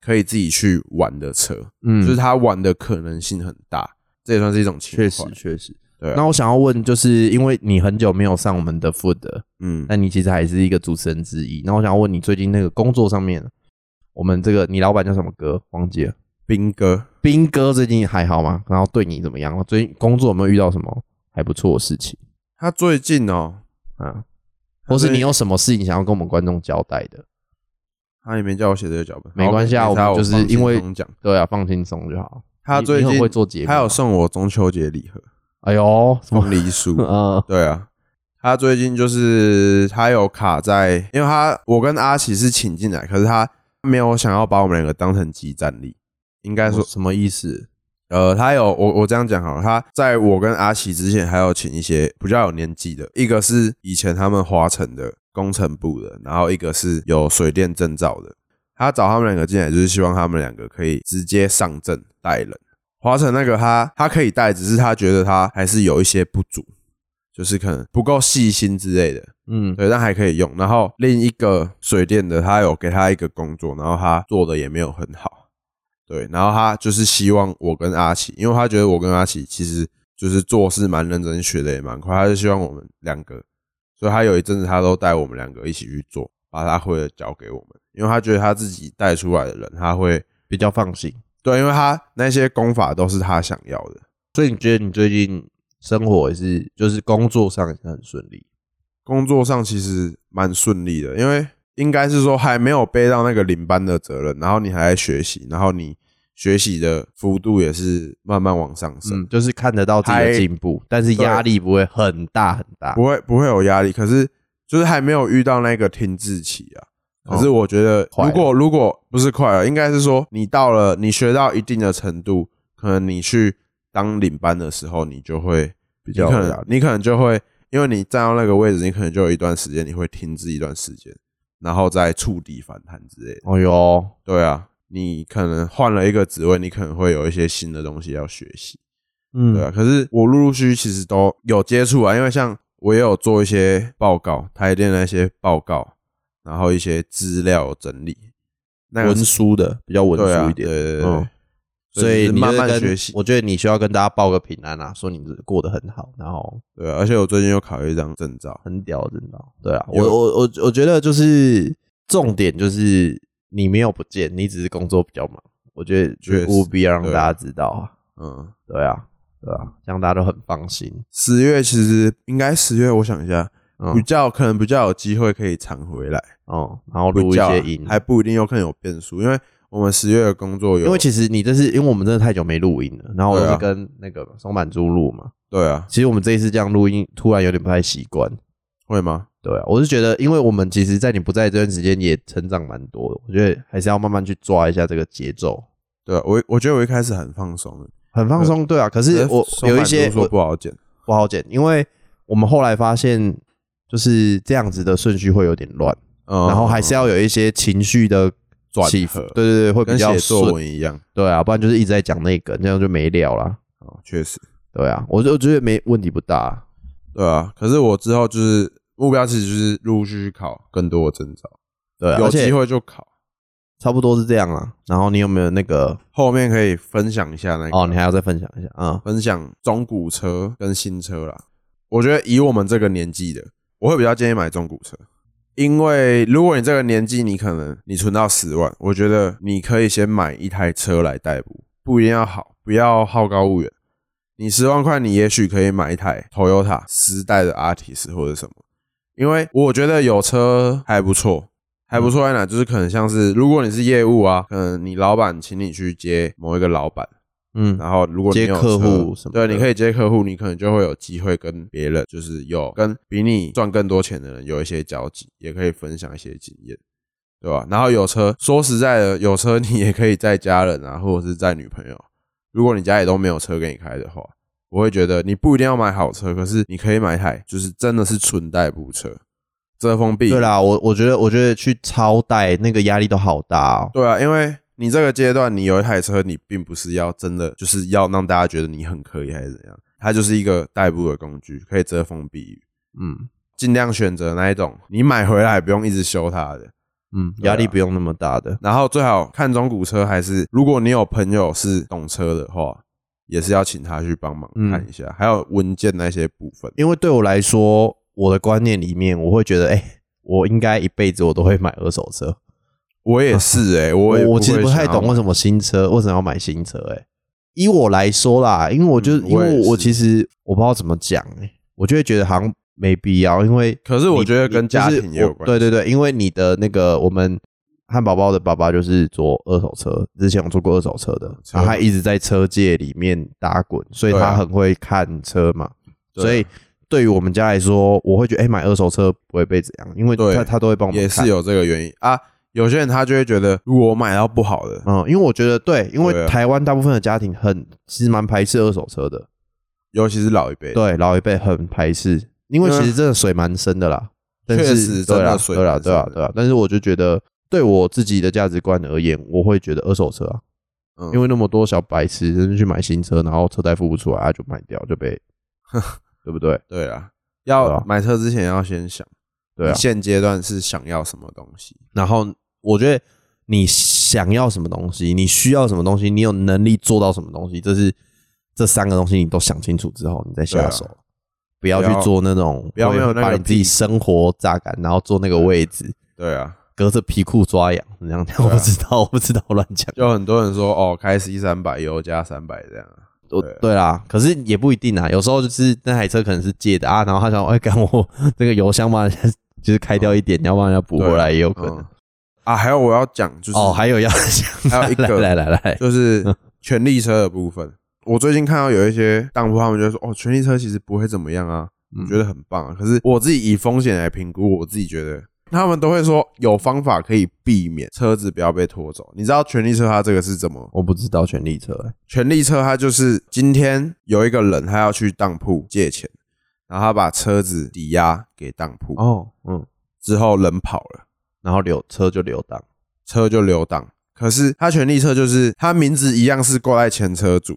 S2: 可以自己去玩的车，
S1: 嗯
S2: 就是他玩的可能性很大，这也算是一种情
S1: 确
S2: 怀。
S1: 实，确实。
S2: 对啊
S1: 那我想要问，就是因为你很久没有上我们的 Food，了
S2: 嗯，
S1: 那你其实还是一个主持人之一。那我想要问你，最近那个工作上面，我们这个你老板叫什么哥？忘记了。
S2: 兵哥，
S1: 斌哥最近还好吗？然后对你怎么样？最近工作有没有遇到什么还不错的事情
S2: 他最近哦，
S1: 啊？或是
S2: 最
S1: 你有什么事情想要跟我们观众交代的？
S2: 他也没叫我写这个脚本，
S1: 没关系啊
S2: 好没差
S1: 我们就是
S2: 放轻
S1: 因为
S2: 松讲
S1: 对啊，放轻松就好。
S2: 他
S1: 你
S2: 最
S1: 你很
S2: 近
S1: 会做节目，啊
S2: 他有送我中秋节礼盒
S1: 哎呦
S2: [laughs]
S1: 什么，
S2: 凤梨
S1: [laughs]
S2: 酥
S1: 呃
S2: 对啊，他最近就是他有卡在，因为他我跟阿喜是请进来，可是他没有想要把我们两个当成集战力，应该说，
S1: 什么意思？
S2: 呃，他有我我这样讲好了，他在我跟阿喜之前还有请一些比较有年纪的，一个是以前他们华城的工程部的，然后一个是有水电证照的，他找他们两个进来就是希望他们两个可以直接上阵带人。华晨那个他他可以带，只是他觉得他还是有一些不足，就是可能不够细心之类的。
S1: 嗯，
S2: 对，但还可以用。然后另一个水电的，他有给他一个工作，然后他做的也没有很好。对，然后他就是希望我跟阿奇，因为他觉得我跟阿奇其实就是做事蛮认真，学的也蛮快，他就希望我们两个，所以他有一阵子他都带我们两个一起去做，把他会的教给我们，因为他觉得他自己带出来的人，他会
S1: 比较放心。
S2: 对，因为他那些功法都是他想要的，
S1: 所以你觉得你最近生活也是，就是工作上也是很顺利？
S2: 工作上其实蛮顺利的，因为应该是说还没有背到那个领班的责任，然后你还在学习，然后你学习的幅度也是慢慢往上升，
S1: 嗯，就是看得到自己的进步，但是压力不会很大很大。
S2: 不会不会有压力，可是就是还没有遇到那个停滞期啊。可是我觉得，
S1: 哦快了
S2: 如果如果不是快了，应该是说你到了你学到一定的程度，可能你去当领班的时候，你就会
S1: 比
S2: 你
S1: 较
S2: 可能你可能就会，因为你站到那个位置，你可能就有一段时间你会停滞一段时间，然后再触底反弹之类的。
S1: 哦哟，
S2: 对啊，你可能换了一个职位，你可能会有一些新的东西要学习。
S1: 嗯，
S2: 对啊，可是我陆陆续续其实都有接触啊，因为像我也有做一些报告，台电的一些报告，然后一些资料整理，那个
S1: 文书的比较文
S2: 对啊
S1: 书一点，
S2: 对对对
S1: 嗯
S2: 对
S1: 所以
S2: 就是
S1: 你
S2: 慢
S1: 就是
S2: 慢
S1: 跟
S2: 学习。
S1: 我觉得你需要跟大家报个平安啊，说你过得很好，然后
S2: 对啊，而且我最近又考了一张证照，
S1: 很屌，真的。对啊，我
S2: 有
S1: 我我我觉得就是重点就是你没有不见，你只是工作比较忙。我觉得
S2: 确实
S1: 务必要让
S2: 对
S1: 大家知道啊，
S2: 嗯，
S1: 对啊，对啊，这样大家都很放心。
S2: 十月其实应该十月，我想一下，
S1: 嗯
S2: 比较可能比较有机会可以常回来，
S1: 哦、然后录一
S2: 比较啊
S1: 些音，
S2: 还不一定有可能有变数，因为我们十月的工作有，
S1: 因为其实你这是因为我们真的太久没录音了，然后我
S2: 对
S1: 是
S2: 啊
S1: 跟那个松满猪录嘛，
S2: 对啊，
S1: 其实我们这一次这样录音，突然有点不太习惯。
S2: 会吗？
S1: 对啊，我是觉得，因为我们其实，在你不在这段时间也成长蛮多的，我觉得还是要慢慢去抓一下这个节奏，
S2: 对啊，我我觉得我一开始很放松的，
S1: 很放松。对啊，可是我
S2: 松
S1: 有一
S2: 板
S1: 些
S2: 都
S1: 我
S2: 说不好剪，
S1: 不好剪，因为我们后来发现就是这样子的顺序会有点乱，
S2: 嗯
S1: 然后还是要有一些情绪的
S2: 转
S1: 起伏
S2: 合，
S1: 对对对，会比
S2: 跟
S1: 较
S2: 写作
S1: 顺。
S2: 文一样，
S1: 对啊，不然就是一直在讲那个，这样就没料啦。
S2: 哦，确实，
S1: 对啊，我就我觉得没问题不大。
S2: 对啊。可是我之后就是目标，其实就是陆陆续续考更多的证照，
S1: 对啊，
S2: 有
S1: 而
S2: 机
S1: 且
S2: 会就考，
S1: 差不多是这样啊。然后你有没有那个？
S2: 后面可以分享一下那个
S1: 哦，你还要再分享一下啊？
S2: 分享中古车跟新车啦。我觉得以我们这个年纪的，我会比较建议买中古车，因为如果你这个年纪，你可能你存到十万，我觉得你可以先买一台车来代步，不一定要好，不要好高骛远。你十万块，你也许可以买一台 Toyota 十代的 Artis 或者什么，因为我觉得有车还不错，还不错在哪？就是可能像是如果你是业务啊，可能你老板请你去接某一个老板，
S1: 嗯，
S2: 然后如果你有
S1: 接客户
S2: 车
S1: 什么的
S2: 对，你可以接客户，你可能就会有机会跟别人，就是有跟比你赚更多钱的人有一些交集，也可以分享一些经验，对吧？然后有车，说实在的，有车你也可以载家人啊，或者是载女朋友。如果你家里都没有车给你开的话，我会觉得你不一定要买好车，可是你可以买一台就是真的是纯代步车，遮风避雨
S1: 对啦，我我觉得我觉得去超贷那个压力都好大哦。
S2: 对啊，因为你这个阶段，你有一台车，你并不是要真的就是要让大家觉得你很可以还是怎样，它就是一个代步的工具，可以遮风避雨，
S1: 嗯
S2: 尽量选择那一种你买回来不用一直修它的。
S1: 嗯，
S2: 对啊
S1: 压力不用那么大的。
S2: 然后最好看中古车，还是如果你有朋友是懂车的话，也是要请他去帮忙
S1: 嗯
S2: 看一下，还有文件那些部分。
S1: 因为对我来说，我的观念里面，我会觉得，哎、我应该一辈子我都会买二手车。
S2: 我也是哎、我也
S1: 嗯我
S2: 不
S1: 我
S2: 会
S1: 其实不太
S2: 想要
S1: 懂为什么新车为什么要买新车、哎，以我来说啦，因为我就是、
S2: 嗯
S1: 因
S2: 我也
S1: 为
S2: 是
S1: 我其实我不知道怎么讲，哎，我就会觉得好像没必要，因为
S2: 可是我
S1: 你
S2: 觉得
S1: 你
S2: 跟
S1: 就
S2: 家
S1: 是
S2: 庭也有
S1: 我
S2: 关
S1: 对
S2: 系
S1: 对对，因为你的那个我们汉堡包的爸爸就是做二手车，之前有做过二手车的，
S2: 车
S1: 然后他一直在车界里面打滚，所以
S2: 对啊
S1: 他很会看车嘛。
S2: 对啊
S1: 所以对于我们家来说，我会觉得哎、诶买二手车不会被怎样，因为
S2: 对
S1: 他他都会帮我们
S2: 也
S1: 看
S2: 是有这个原因啊。有些人他就会觉得，如果我买到不好的，
S1: 嗯，因为我觉得对，因
S2: 对
S1: 为
S2: 啊
S1: 台湾大部分的家庭很其实蛮排斥二手车的，
S2: 尤其是老一辈，
S1: 对老一辈很排斥，因为
S2: 嗯
S1: 其实真的水蛮深的啦。但
S2: 确
S1: 是
S2: 实
S1: 对
S2: 真
S1: 啦
S2: 的水
S1: 对啦
S2: 蛮
S1: 对啦
S2: 深的
S1: 对啊啦，但是我就觉得对我自己的价值观而言，我会觉得二手车啊，
S2: 嗯
S1: 因为那么多小白痴真是去买新车，然后车贷付不出来，啊就卖掉就
S2: [laughs]
S1: 被，对不对？
S2: 嗯对啦，
S1: 对
S2: 要
S1: 啊
S2: 买车之前要先想，
S1: 对啊
S2: 你，现阶段是想要什么东西，
S1: 然后我觉得你想要什么东西，你需要什么东西，你有能力做到什么东西，这是这三个东西你都想清楚之后，你再下手，
S2: 对啊
S1: 不要去
S2: 不要
S1: 做那种
S2: 不要没有那个
S1: 把你自己生活榨干，然后坐那个位置，
S2: 对啊，
S1: 隔着皮裤抓痒，这样我不知道，我不知道我乱讲。
S2: 就很多人说哦，开 C 三百油加三百这样啊，
S1: 我
S2: 对啊
S1: 对啦，可是也不一定啊，有时候就是那台车可能是借的啊，然后他想哎，干我这个油箱嘛，就是开掉一点，要不然要补回来也有可能
S2: 嗯。啊，还有我要讲就是
S1: 哦，还有要 [laughs] 想，
S2: 还有一个
S1: 来来来来，
S2: 就是权力车的部分，我最近看到有一些当铺他们就说哦，权力车其实不会怎么样啊，
S1: 嗯
S2: 我觉得很棒啊，可是我自己以风险来评估，我自己觉得他们都会说有方法可以避免车子不要被拖走。你知道权力车它这个是怎么？
S1: 我不知道权力车、欸，
S2: 权力车它就是今天有一个人他要去当铺借钱，然后他把车子抵押给当铺，
S1: 哦，嗯，
S2: 之后人跑了，
S1: 然后留车就留档，
S2: 车就留档。可是他权利车就是他名字一样是挂在前车主，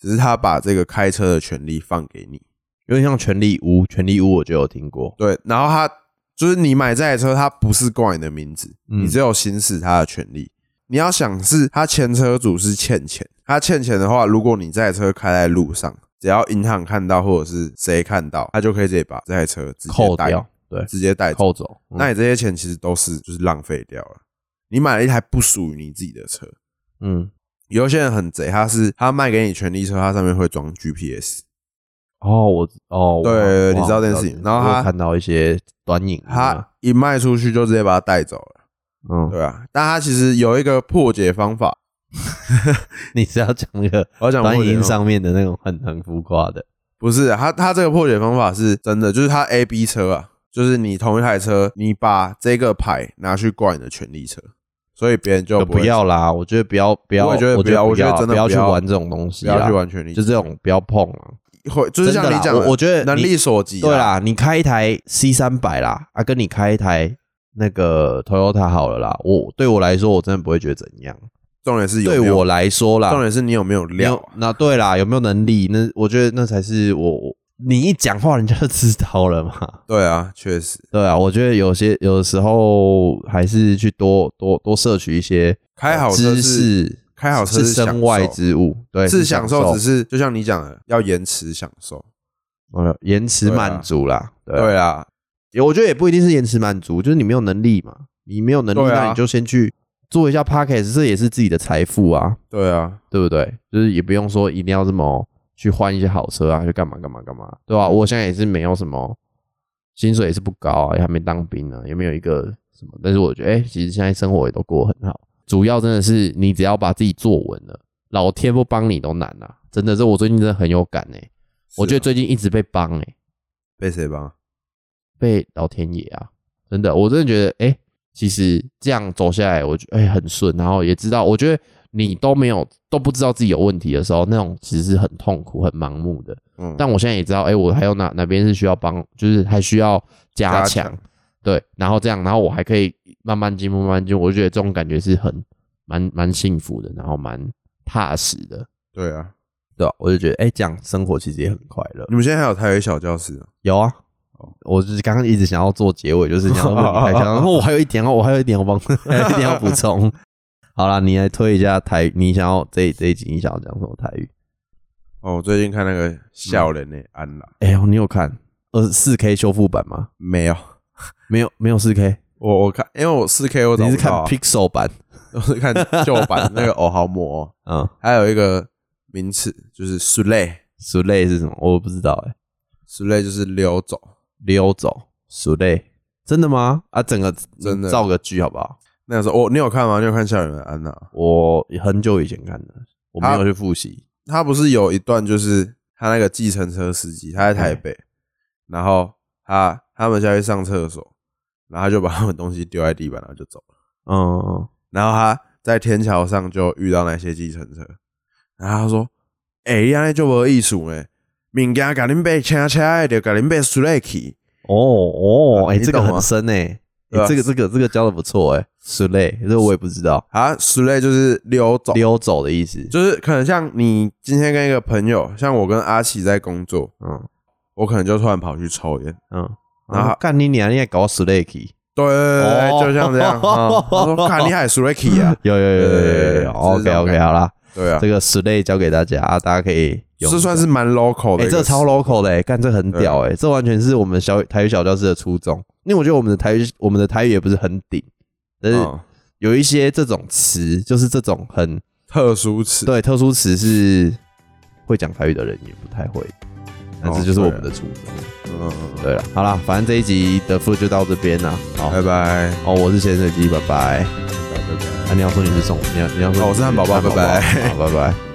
S2: 只是他把这个开车的权利放给你。
S1: 有点像权力屋，权力屋我就有听过，
S2: 对，然后他就是你买这台车，它不是挂你的名字，
S1: 嗯
S2: 你只有行使它的权利。你要想是他前车主是欠钱，他欠钱的话，如果你这台车开在路上，只要银行看到或者是谁看到，他就可以直接把这台车直接
S1: 扣
S2: 带
S1: 掉，对，
S2: 直接带走。
S1: 扣走，嗯
S2: 那你这些钱其实都是就是浪费掉了。你买了一台不属于你自己的车，
S1: 嗯，
S2: 有些人很贼，他是他卖给你权利车，它上面会装 GPS，
S1: 哦，我哦，我好像
S2: 对对
S1: 我
S2: 对你知道
S1: 好像
S2: 这件事情然后
S1: 我有
S2: 他
S1: 看到一些短影，
S2: 他一卖出去就直接把它带走了，
S1: 嗯，
S2: 对啊。但他其实有一个破解方法，
S1: 你是要讲 [laughs] 那个
S2: 我要讲
S1: 短
S2: 破解
S1: 影
S2: 方法
S1: 上面的那种很很浮夸的，
S2: 不是他他这个破解方法是真的，就是他 A B 车啊，就是你同一台车，你把这个牌拿去挂你的权利车，所以别人就
S1: 呃
S2: 不会
S1: 不要啦，我觉得不要不要，
S2: 我也觉得
S1: 我
S2: 不要我觉得
S1: 不
S2: 真的
S1: 不要
S2: 不
S1: 去
S2: 要
S1: 玩这种东
S2: 不
S1: 西啦，
S2: 要去玩权利车，
S1: 啊就这种不要碰啊，
S2: 会就是像你
S1: 真
S2: 讲
S1: 的啦
S2: 的，
S1: 我我觉得
S2: 能
S1: 你
S2: 力所及，啊
S1: 对，啦，你开一台 C 三百啦，啊，跟你开一台那个 Toyota 好了啦。我对我来说，我真的不会觉得怎样。
S2: 重点是有
S1: 对
S2: 没有
S1: 我来说啦，
S2: 重点是你有没有
S1: 你
S2: 料
S1: 有
S2: 啊，
S1: 那对啦，有没有能力？那我觉得那才是我我你一讲话，人家就知道了嘛。 [laughs]
S2: 对啊，确实
S1: 对啊，我觉得有些有时候还是去多多多摄取一些呃
S2: 开好车
S1: 知
S2: 是
S1: 识，
S2: 开好车
S1: 是
S2: 享
S1: 身外
S2: 受
S1: 之物，对，
S2: 是
S1: 是
S2: 享受，只是就像你讲的，要延迟享受。
S1: 呃延迟
S2: 对啊
S1: 满足啦。对啊
S2: 对啊，
S1: 也我觉得也不一定是延迟满足，就是你没有能力嘛，你没有能力，
S2: 对啊
S1: 那你就先去做一下 podcast，这也是自己的财富啊，
S2: 对啊，
S1: 对不对？就是也不用说一定要这么去换一些好车啊，去干嘛干嘛干嘛，对吧、
S2: 嗯
S1: 我现在也是没有什么薪水，也是不高啊，也还没当兵呢、也没有一个什么，但是我觉得，哎、其实现在生活也都过得很好，主要真的是你只要把自己做稳了，老天不帮你都难啊，真的是我最近真的很有感哎、我
S2: 是
S1: 觉得
S2: 啊
S1: 最近一直被帮哎、
S2: 被谁帮？
S1: 被老天爷啊，真的，我真的觉得，哎、其实这样走下来，我觉得哎、诶很顺，然后也知道，我觉得你都没有都不知道自己有问题的时候，那种其实是很痛苦、很盲目的。
S2: 嗯，
S1: 但我现在也知道，哎、我还有哪哪边是需要帮，就是还需要加
S2: 加
S1: 强
S2: 强，
S1: 对，然后这样，然后我还可以慢慢进步、慢慢进步，我就觉得这种感觉是很蛮蛮幸福的，然后蛮踏实的，
S2: 对啊，
S1: 对吧、我就觉得，哎、这样生活其实也很快乐
S2: 你。们现在还有台北小教室啊？
S1: 有啊
S2: 哦，
S1: 我就是刚刚一直想要做结尾，就是想要问你台
S2: [laughs]
S1: 下，然后我还有一点哦，我还有一点，我帮， [laughs] 还有一点要补充。好啦，你来推一下台，你想要这这一集你想要讲什么台语？
S2: 哦，我最近看那个笑
S1: 嗯
S2: 脸的安啦，
S1: 哎呦，你有看二四 K 修复版吗？
S2: 没有，
S1: 没有，没有四 K，
S2: 我我看，因为我四 K 我找
S1: 你
S2: 不
S1: 是看
S2: 到啊
S1: Pixel 版？
S2: [laughs] 我是看旧版
S1: [laughs]
S2: 那个哦，好魔哦，
S1: 嗯，
S2: 还有一个名词就是苏类，
S1: 鼠类是什么？我不知道哎、
S2: 苏类就是溜走。
S1: 溜走鼠类，真的吗？啊，整个
S2: 真的
S1: 造个剧好不好？
S2: 那个时候，我、你有看吗？你有看笑脸的安娜？
S1: 我很久以前看的，我没
S2: 啊
S1: 有去复习。
S2: 他不是有一段就是他那个计程车司机，他在台北，然后他他们下去上厕所，然后他就把他们东西丢在地板，然后就走了。
S1: 嗯嗯，
S2: 然后他在天桥上就遇到那些计程车，然后他说：“哎、欸，安尼就无艺术呢，物件甲恁被车车的，就甲恁被输来去。
S1: 哦哦，
S2: 啊
S1: 哎、
S2: 你
S1: 这个
S2: 懂
S1: 很
S2: 吗
S1: 深哎、
S2: 对
S1: 欸
S2: 啊
S1: 这个这个这个教的不错哎、欸，鼠类，这个我也不知道，
S2: 啊，输来就是溜走，
S1: 溜走的意思，
S2: 就是可能像你今天跟一个朋友，像我跟阿奇在工作，
S1: 嗯
S2: 我可能就突然跑去抽烟，
S1: 嗯，
S2: 然
S1: 然
S2: 后
S1: 后干你娘，你也搞鼠类去，
S2: 对对对
S1: 哦
S2: 对，就像
S1: [laughs]
S2: 这样。嗯他说：“看你还输来去啊
S1: 有有有有有有有
S2: 对对
S1: ，OK
S2: 这种
S1: OK，
S2: 感觉
S1: 好啦，！”
S2: 对啊
S1: 这，个鼠类交给大家，啊大家可以用
S2: 这算
S1: 一下。
S2: 是蛮 local 的
S1: 哎、
S2: 一个词，
S1: 这超 local 的、欸，干这很屌哎、这完全是我们小台语小教室的初衷。因为我觉得我们的台语，我们的台语也不是很顶，但是
S2: 嗯
S1: 有一些这种词，就是这种很
S2: 特殊词。
S1: 对，特殊词是会讲台语的人也不太会，那
S2: 哦
S1: 这就是我
S2: 对
S1: 们的初衷。
S2: 嗯，嗯嗯嗯
S1: 对了，好啦，反正这一集的付就到这边啦。好，
S2: 拜拜，
S1: 哦，我是咸水鸡，拜拜。
S2: 拜拜拜拜。
S1: 啊，你要说你是送，你要你要说
S2: 哦我是汉堡包拜拜
S1: 汉堡包好，拜拜。